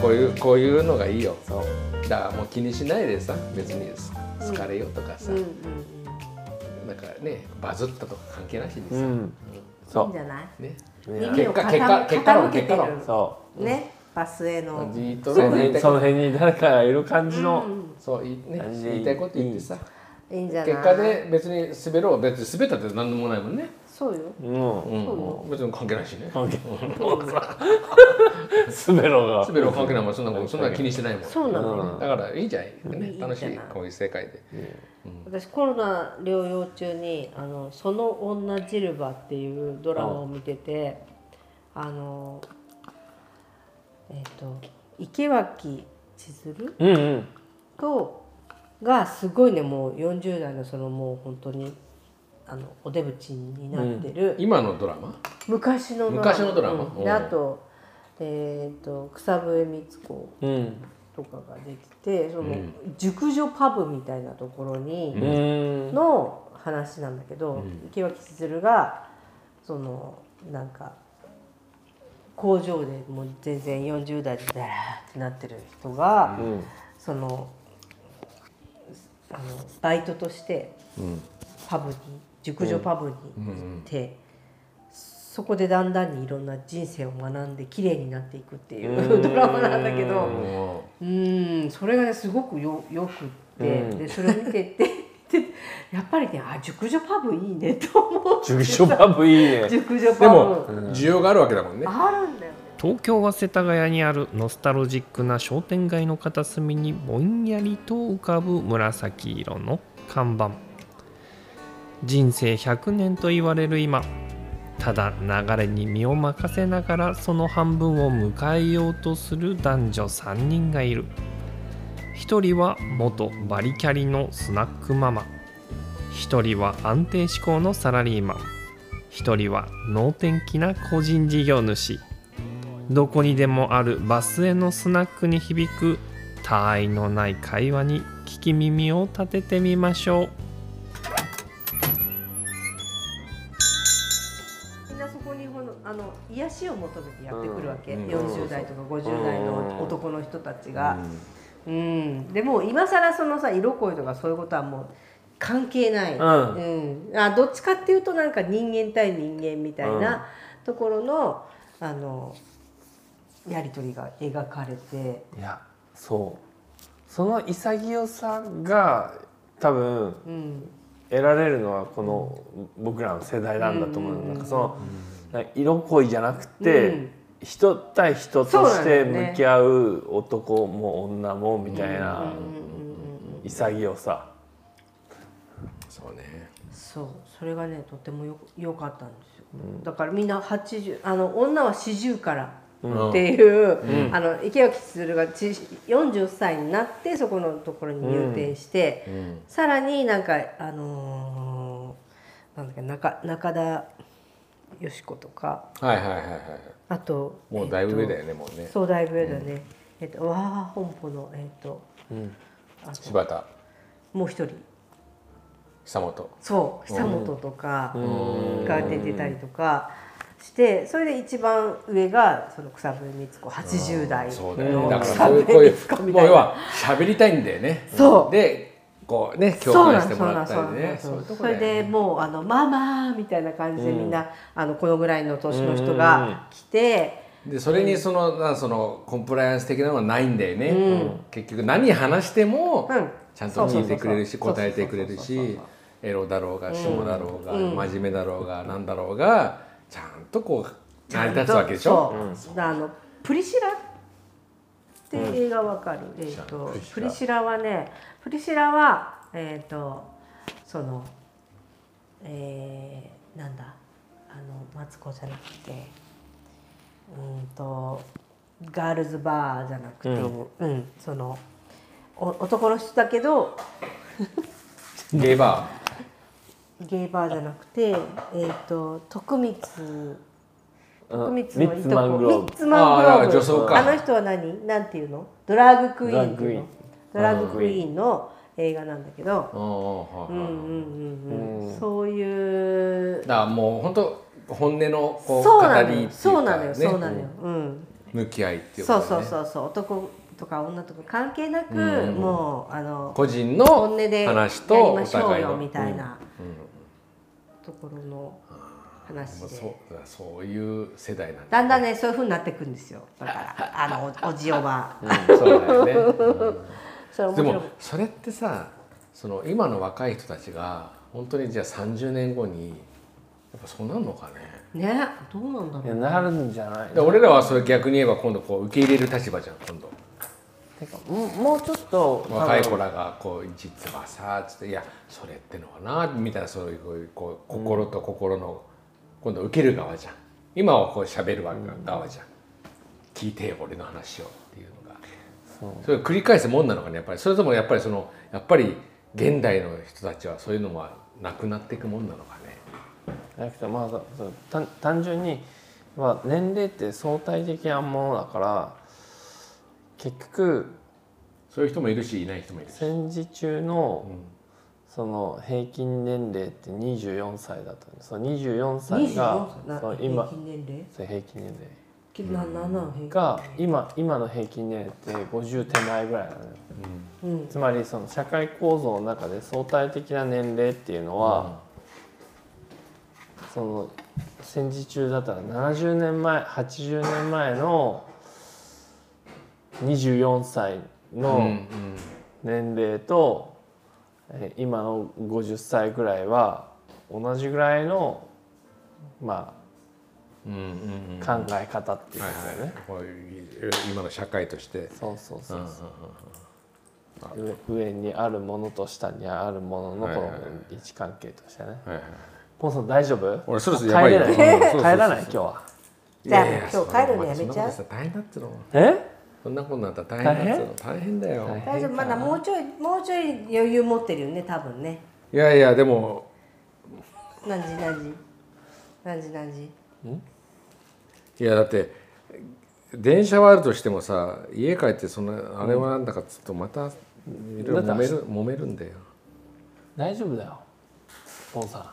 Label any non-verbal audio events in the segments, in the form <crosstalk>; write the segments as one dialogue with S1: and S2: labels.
S1: こういうこういうのがいいよ
S2: そう
S1: だからもう気にしないでさ別に好かれようとかさ、
S3: うんうん
S1: なんかねバズったとか関係なしにさ、
S2: うん
S3: うんいいん
S2: そ
S3: じゃないう
S1: ね
S2: う
S3: 耳
S2: ね
S1: 結
S3: を
S1: 果
S3: 傾
S1: 結果
S3: 傾けて
S1: 結果論
S3: る
S1: 結
S2: そ
S3: ねバスへの
S1: じーっと
S2: う
S1: ね
S2: その
S1: 言いたい
S2: 辺そ
S1: こ
S2: の
S1: と
S2: 辺に誰かがいる感じの、
S3: うん
S1: そういね
S2: 感じで
S1: 言いたいこと言ってさ
S3: いいんじゃない
S1: 結果で別に滑ろうは別に滑ったって何でもないもんね、
S3: そうよ
S2: う
S1: う
S2: ん
S1: ん
S3: そうよ
S1: 別に関係ないしね
S2: 関係スベロが
S1: 滑ろうは関係ないもんそんなことそんな気にしてないもん
S3: そうなの
S2: うん
S1: だからいいじゃん、
S3: い
S1: ね
S3: い、
S1: 楽し
S3: いい
S1: い
S3: じゃない
S1: こういう世界で
S3: 私コロナ療養中に「あのその女ジルバ」っていうドラマを見ててあのえっ、と池脇千鶴
S2: うんうん
S3: とがすごいねもう40代のそのもう本当にあのお出口になってる、
S1: 今のドラマ
S3: 昔の
S1: 昔のドラマ
S3: うんであと,、えー、と草笛光子
S2: うん
S3: とかができてその、
S1: うん
S3: 熟女パブみたいなところに。
S2: うん
S3: の話なんだけど、
S1: うん
S3: 池脇千鶴がそのなんか工場でもう全然40代でダラーってなってる人が、
S2: うん
S3: そのあのバイトとして
S1: うん
S3: パブに熟女パブに行って、そこでだんだんにいろんな人生を学んで綺麗になっていくっていうう <laughs>
S2: ん
S3: ドラマなんだけど。
S1: も
S3: うーんそれがねすごくよよくって、
S2: うん
S3: でそれを見ててでやっぱりねあ熟女パブいいねと思う
S2: 熟女パブいいね
S3: 熟女
S1: うで
S3: パ
S1: も
S3: ブ、
S1: 需要があるわけだもんね
S3: あるんだよね
S4: 東京は世田谷にあるノスタルジックな商店街の片隅にぼんやりと浮かぶ紫色の看板人生100年と言われる今ただ流れに身を任せながらその半分を迎えようとする男女3人がいる1人は元バリキャリのスナックママ1人は安定志向のサラリーマン1人は能天気な個人事業主どこにでもあるバスへのスナックに響く他愛のない会話に聞き耳を立ててみましょう
S3: みんなそこにほのあの癒しを求めてやってくるわけ、
S1: うん
S3: 40代とか50代の男の人たちが、
S1: うん
S3: うんでも今更そのさ色恋とかそういうことはもう関係ない、
S2: うん
S3: うんあどっちかっていうとなんか人間対人間みたいなところの,、あのやり取りが描かれて、
S2: いやそうその潔さが多分
S3: うん、
S2: 得られるのはこの僕らの世代なんだと思う、
S3: うん
S2: なんかその、なんか色恋じゃなくて、
S3: うん
S2: 人対人
S3: そう
S2: と
S3: なん
S2: し
S3: だ
S2: て
S3: よね
S2: 向き合う男も女もみたいな潔さ、
S1: そうね
S3: そうそれがねとてもよよかったんですよ、だからみんな80あの女は40からっていう、あの池脇千鶴がち40歳になってそこのところに入店して、さらになんかあのーなんだっけ中中田よし子とか
S1: はいはいはいはい
S3: あと
S1: もうだいぶ上だよ
S3: ね、
S1: ねもうね
S3: そうだいぶ上だよね、えっとわあ本舗のえっと
S1: 柴田
S3: もう一人
S1: 久本
S3: そう久本とかが出てたりとかしてそれで一番上がその草笛光子80代
S1: そうだよねだか
S3: の
S1: ら
S3: 草
S1: そうい
S3: 笛
S1: うこうい
S3: 光子
S1: う
S3: み
S1: もう
S3: たい
S1: 要
S3: な
S1: は喋りたいんだよね
S3: そう
S1: でこうね共
S3: そ
S1: 感
S3: うな
S1: し
S3: ん
S1: て
S3: そ
S1: も
S3: うな
S1: ら
S3: ん
S1: っ
S3: そ
S1: た
S3: うなん
S1: りね
S3: そう
S1: そういうとこ
S3: それ
S1: だよ
S3: で
S1: ね
S3: もうあのママみたいな感じでみんなあのこのぐらいの年の人が来て
S1: でそれにそのなそのコンプライアンス的なのはないんだよね結局何話しても
S3: うん
S1: ちゃんと聞いてくれるし
S3: そうそうそう
S1: 答えてくれる
S3: そうそうそう
S1: しエロだろうが下だろうが真面目だろうがなんだろうがちゃんとこう成り立つわけでしょ
S3: そうあのプリシラって映画わかる、えっとプリシラはねプリシラはえっ、とそのえー、なんだあのマツコじゃなくてうーんとガールズバーじゃなくて、うんそのお男の人だけど
S1: ゲイバ
S3: ゲイバーじゃなくてえっ、と徳光
S2: うん
S3: 徳光のいとこ
S2: ミッツマングロー
S3: ミッ
S2: ブ
S3: ツマングローブ
S1: あー女装か
S3: あの人は何なんていうのドラッグクイーンっていうのド
S2: ド
S3: ラ
S2: ラ
S3: ッ
S2: ッ
S3: グ
S2: グ
S3: ク
S2: ク
S3: イ
S2: イーン
S3: ーンの映画なんだけど
S1: ーうんう
S3: うん
S1: んう
S3: う
S1: ん
S3: んうんうんそういう
S1: だからもう本当本音のこう
S3: そうな
S1: 語
S3: の
S1: りってい
S3: よ
S1: うか
S3: そうなのよ
S1: ね
S3: そうなのようん
S1: 向き合いっていうこ
S3: そ
S1: と
S3: う
S1: ね
S3: そうそうそう男とか女とか関係なく、
S1: うん
S3: もうあの
S1: 個人
S3: 本音
S1: の
S3: でや
S1: 話
S3: り
S1: と
S3: ま
S1: お
S3: しょう
S1: 互い
S3: よ
S1: の
S3: みたい
S1: うん
S3: なところの話
S1: まあ
S3: で、
S1: そうそういう世代なん
S3: だんだんねそういう風になってくんですよだからあのおおじおば、
S1: うんそうだ
S3: <laughs>
S1: よね、うん
S3: それ面
S1: で
S3: 白い
S1: もそれってさその今の若い人たちが本当にじゃあ30年後にやっぱそうなんのかね
S3: ねどうなんだ
S2: い
S3: ろう
S2: やなるんじゃない
S1: で俺らはそれ逆に言えば今度こう受け入れる立場じゃん今度
S2: てかもうもうちょっと
S1: 若い子
S2: 多分
S1: らがこう実はさつって「いやそれってのはな」みたいなそういうこうこう心と心の今度受ける側じゃん今はこう喋る側側じゃん聞いてよ俺の話をっていうのが
S2: そう
S1: それを繰り返すもんなのかねやっぱりそれともやっぱりそのやっぱり現代の人たちはそういうのはなくなっていくもんなのかね
S2: じゃなくてまあそうそう単単純に、まあ、年齢って相対的なものだから結局
S1: そういう人もいるしいない人もいるし、
S2: 戦時中のその平均年齢って24歳だったんですその24歳が
S3: 24歳
S2: その
S3: な平
S2: 今
S3: 均年齢
S2: そう平均年
S3: きななんなの平
S2: 齢
S3: 均
S2: が今今の平均年齢って50手前ぐらいなのよ
S3: うん
S2: つまりその社会構造の中で相対的な年齢っていうのは、その戦時中だったら70年前80年前の24歳
S1: うんうん
S2: の年齢と、えー今の50歳ぐらいは同じぐらいの、ま
S1: うんうんうん
S2: あ、考え方っていう
S1: はい
S2: ことだよね。
S1: はいこういう今の社会として
S2: そうそうそううん
S1: うんうん
S2: 上上にあるものと下にあるものの
S1: はい
S2: こ
S1: はい
S2: の
S1: はい
S2: 位置関係としてね。
S1: はいはい
S2: ポンさん大丈夫？
S1: 俺そろそろ
S2: 帰
S1: やばい
S2: れ
S1: よ
S2: ない。帰
S1: うんそうそうそう
S2: らない今日は。
S3: じゃあ
S1: いやいや
S3: 今日帰るのやめちゃう
S1: そんなことしたら大変だっての
S2: え？
S1: そんなことになったら大変だっての大変だよ、
S2: 大変
S3: 大丈夫まだもうちょいもうちょい余裕持ってるよね多分ね
S1: いやいやでも
S3: 何時何時何時何時
S1: いやだって電車はあるとしてもさ家帰ってそのあれはなんだかっつうとまたいろいろ揉める揉めるんだよ
S2: 大丈夫だよ。ポンさん。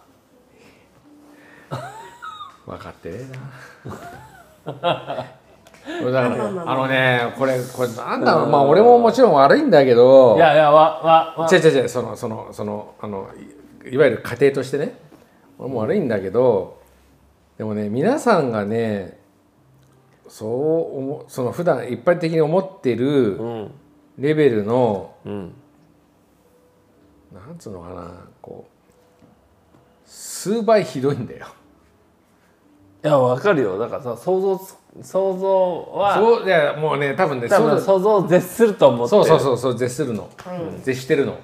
S1: 分かってねえなだからね
S3: まあまあま
S1: あのねこれこれなんだろうまあ俺ももちろん悪いんだけど
S2: いやいやわわわ
S1: 違う。違う違うそのそのそのあのいいわゆる家庭としてね俺も悪いんだけど、でもね皆さんがねそう思その普段一般的に思って
S2: う
S1: る
S2: ん
S1: レベルの、
S2: うん。
S1: なんつうのかなこう数倍ひどいんだよ。
S2: いやわかるよ。だからさ想像つ想像は
S1: そういやもうね多分ね
S2: 多
S1: そう
S2: 分想像を絶すると思って
S1: そ
S2: る。
S1: うそうそうそう絶するの、絶してるの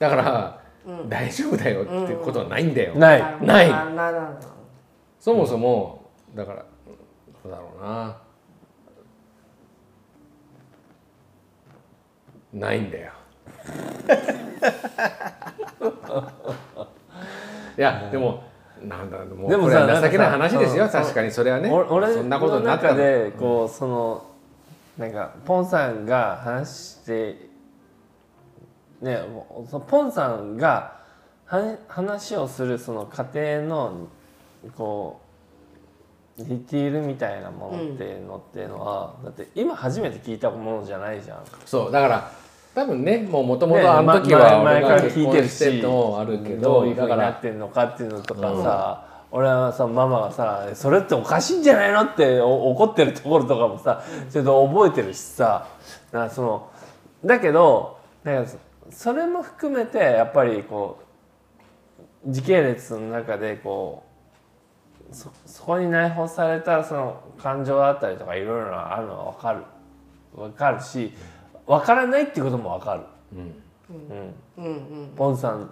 S1: だから、大丈夫だよってことはないんだよ。
S2: ない。
S1: ない
S3: ななな
S1: そもそも、だからどうだろうなないんだよいやでもなんだもう
S2: でも
S1: これ
S2: さ
S1: は情けない
S2: なんかさ
S1: 話ですよ
S2: うんそう
S1: 確かにそれはね
S2: お俺
S1: そんなことになった
S2: の中
S1: ら
S2: でこう、そのなんかポンさんが話してねもうそのポンさんがは話をするその家庭のこうディティールみたいなものっていうのっていうのは、だって今初めて聞いたものじゃないじゃん。
S1: そうだから多分ねもうもとも
S2: ね
S1: とあの時は
S2: ま
S1: 俺
S2: 前
S1: が
S2: から
S1: 結
S2: 聞い
S1: 婚
S2: てる
S1: して
S2: し
S1: るのもあるけ
S2: ど
S1: ど
S2: ういうふう
S1: だ
S2: に
S1: か
S2: な
S1: ら
S2: ってんのかっていうのとかさ、俺はさママがさ「それっておかしいんじゃないの?」ってお怒ってるところとかもさちょっと覚えてるしさなそのだけどなんかそそれも含めてやっぱりこう時系列の中でこうそそこに内包されたその感情だったりとかいろいろなあるのは分かる分かるし分からないってことも分かる。
S3: うんうん
S2: ポンさん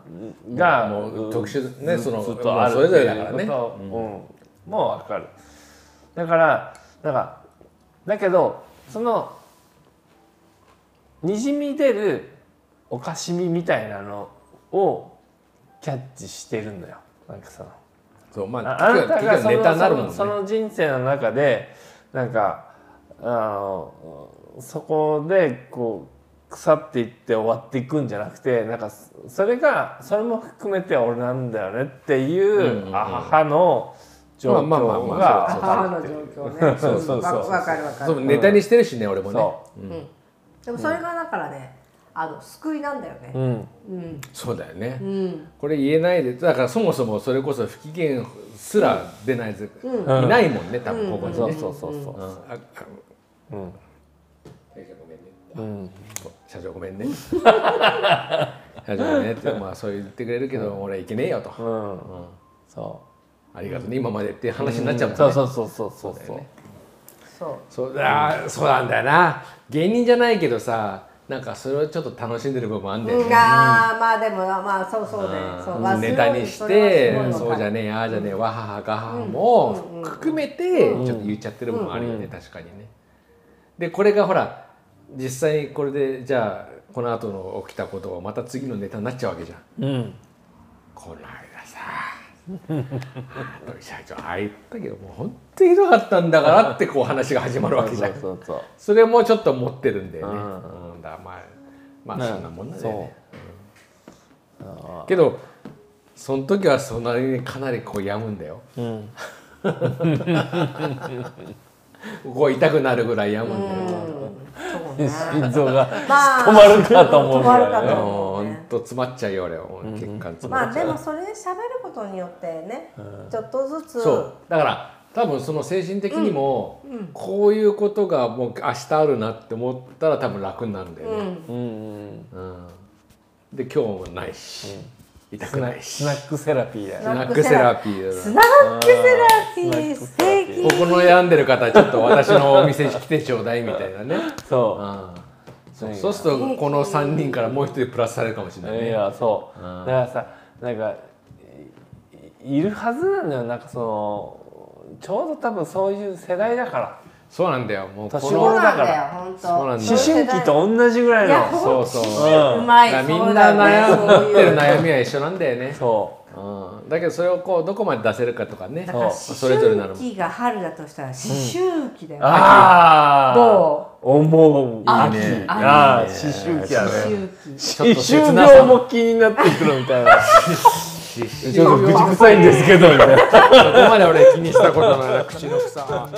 S2: が
S1: もう
S2: うん
S1: 特殊ね
S2: ず
S1: その
S2: ずっとある
S1: もうそれぞれだからね
S2: っていうことうん、もうわかるだからなんかだけどそのにじみ出るおかしみみたいなのをキャッチしてるんだよなんかその
S1: そうまあ
S2: ああなたが
S1: 結
S2: そ
S1: 局
S2: の
S1: ネタになるもんね
S2: そのその人生の中でなんかあのそこでこう腐っていって終わっていくんじゃなくてなんかそそれがそれも含めて俺なんだよねっていう,、
S1: うんうん
S2: あははの状況が、
S1: まあまあまあまあ
S3: 母の状況ね。
S2: そうそうそう
S3: わわかるわか
S1: そう
S3: る。
S1: ネタにしてるしね俺もね
S2: そ
S3: うんでもそれがだからね、あの救いなんだよね
S2: う、。うん、
S3: うん
S1: そうだよね
S3: うん
S1: これ言えないでだからそもそもそれこそ不機嫌すら出ないず
S3: うん
S1: いないもんね多分
S3: う
S1: こ
S3: ん
S1: こに
S2: そう
S1: ね
S2: そうそうそううん
S1: ああ
S2: うん
S1: 大ちゃんごめんね
S2: うん
S1: 社長ごめんね社長ごめんねってまあそう言ってくれるけど俺はいけねえよと
S2: うん
S1: うん
S2: そ
S1: ありがとうね今までっていう話に
S2: う
S1: なっちゃうもんね
S2: そうそうそうそうそう
S1: だよ
S2: そう、
S1: ね
S3: そう
S1: そうあーそうなんだよな芸人じゃないけどさなんかそれをちょっと楽しんでる部分もあんだよね
S3: うん、あーまあでもまあそうそうね、そううんまあ
S1: ネタに
S3: す
S1: し
S3: ごい
S1: て
S3: れはすごい
S1: そう
S3: わ
S1: じ
S3: か
S1: ゃ
S3: る
S1: ねえああじゃねえわははがはも含めてちょっと言っちゃってる部分あるよね確かにね。でこれがほら実際にこれでじゃあこの後の起きたことはまた次のネタになっちゃうわけじゃん。
S2: うん
S1: この間さ
S3: <laughs>
S1: あの社長ああ言ったけどもう本当にひどかったんだからってこう話が始まるわけじゃん。
S2: そうそうそう
S1: それもちょっと持ってるんだよね。
S2: う
S1: うん、だからまあまあそんなもんなんだよね。
S2: そうあ
S1: けどその時はそんなにかなりこう病むんだよ。
S2: ーうん
S1: <laughs> ここ痛くなるぐらい病むんだよ。
S3: う
S2: <laughs>
S3: んそうね
S2: 心臓が
S3: まあ
S2: 止まるかと思
S3: 止
S2: うぐ
S3: ま
S2: らいね
S3: るか
S1: あ
S3: と
S1: の
S3: 思う
S1: ほ
S3: ね
S1: んと詰まっちゃうよ俺はもう血管詰ま
S3: ま
S1: っ
S3: あ
S1: ちゃ
S3: で
S1: う。
S3: もそれで喋ることによってね、ちょっとずつ
S1: そうだから多分その精神的にも、こういうことがもう明日あるなって思ったら多分楽になるんだよ
S3: う
S1: ね。
S3: ん
S2: うんうん
S1: うんで今日もないし、痛くないし
S2: スナックセラピーだよ
S1: スナックセラピーだ
S3: ス
S1: な
S3: ナックセラピー
S2: うん
S3: 素敵
S1: ここの病んでる方はちょっと私のお店に来てちょうだいみたいなね。
S2: そう
S1: ああそうそうするとこの3人からもう一人プラスされるかもしれない
S2: い
S1: ね。
S2: やそう、だからさなんかいいるはずなんだよなんかそのちょうど多分そういう世代だから
S1: そうなんだよもうこ
S2: 年
S3: そう
S2: 頃
S1: の
S3: なんだよ本当
S1: そうなんだよ
S2: 思春期と同じぐらい
S3: いや
S2: の
S1: そうそう
S3: ほんとうま
S1: だ
S3: い
S1: からみ
S3: そうんだ
S1: な
S3: よ
S1: 悩
S3: ね
S1: んでる悩みは一緒なんだよね。
S2: そ
S1: うん、だけどそれをこうどこまで出せるかとかね
S3: だから思
S1: それぞれな
S3: 春
S1: の
S3: 期が春だとしたら思春期だ
S2: う
S3: よ、
S2: ああ
S3: ど
S2: 思う
S1: あ
S2: 秋
S1: いいね
S2: ああ
S1: いいね
S2: 思春期や
S3: 思
S2: ね
S3: 春期
S1: ちょっと
S2: 思
S1: 切
S2: 春
S1: なさ
S2: 病も気になってくるみたい
S1: <laughs>
S2: な
S1: しし
S2: ちょっと
S1: そ
S2: 口
S1: こ
S2: 臭いんですけどみたいな
S1: まで俺気にしたことないな口の草。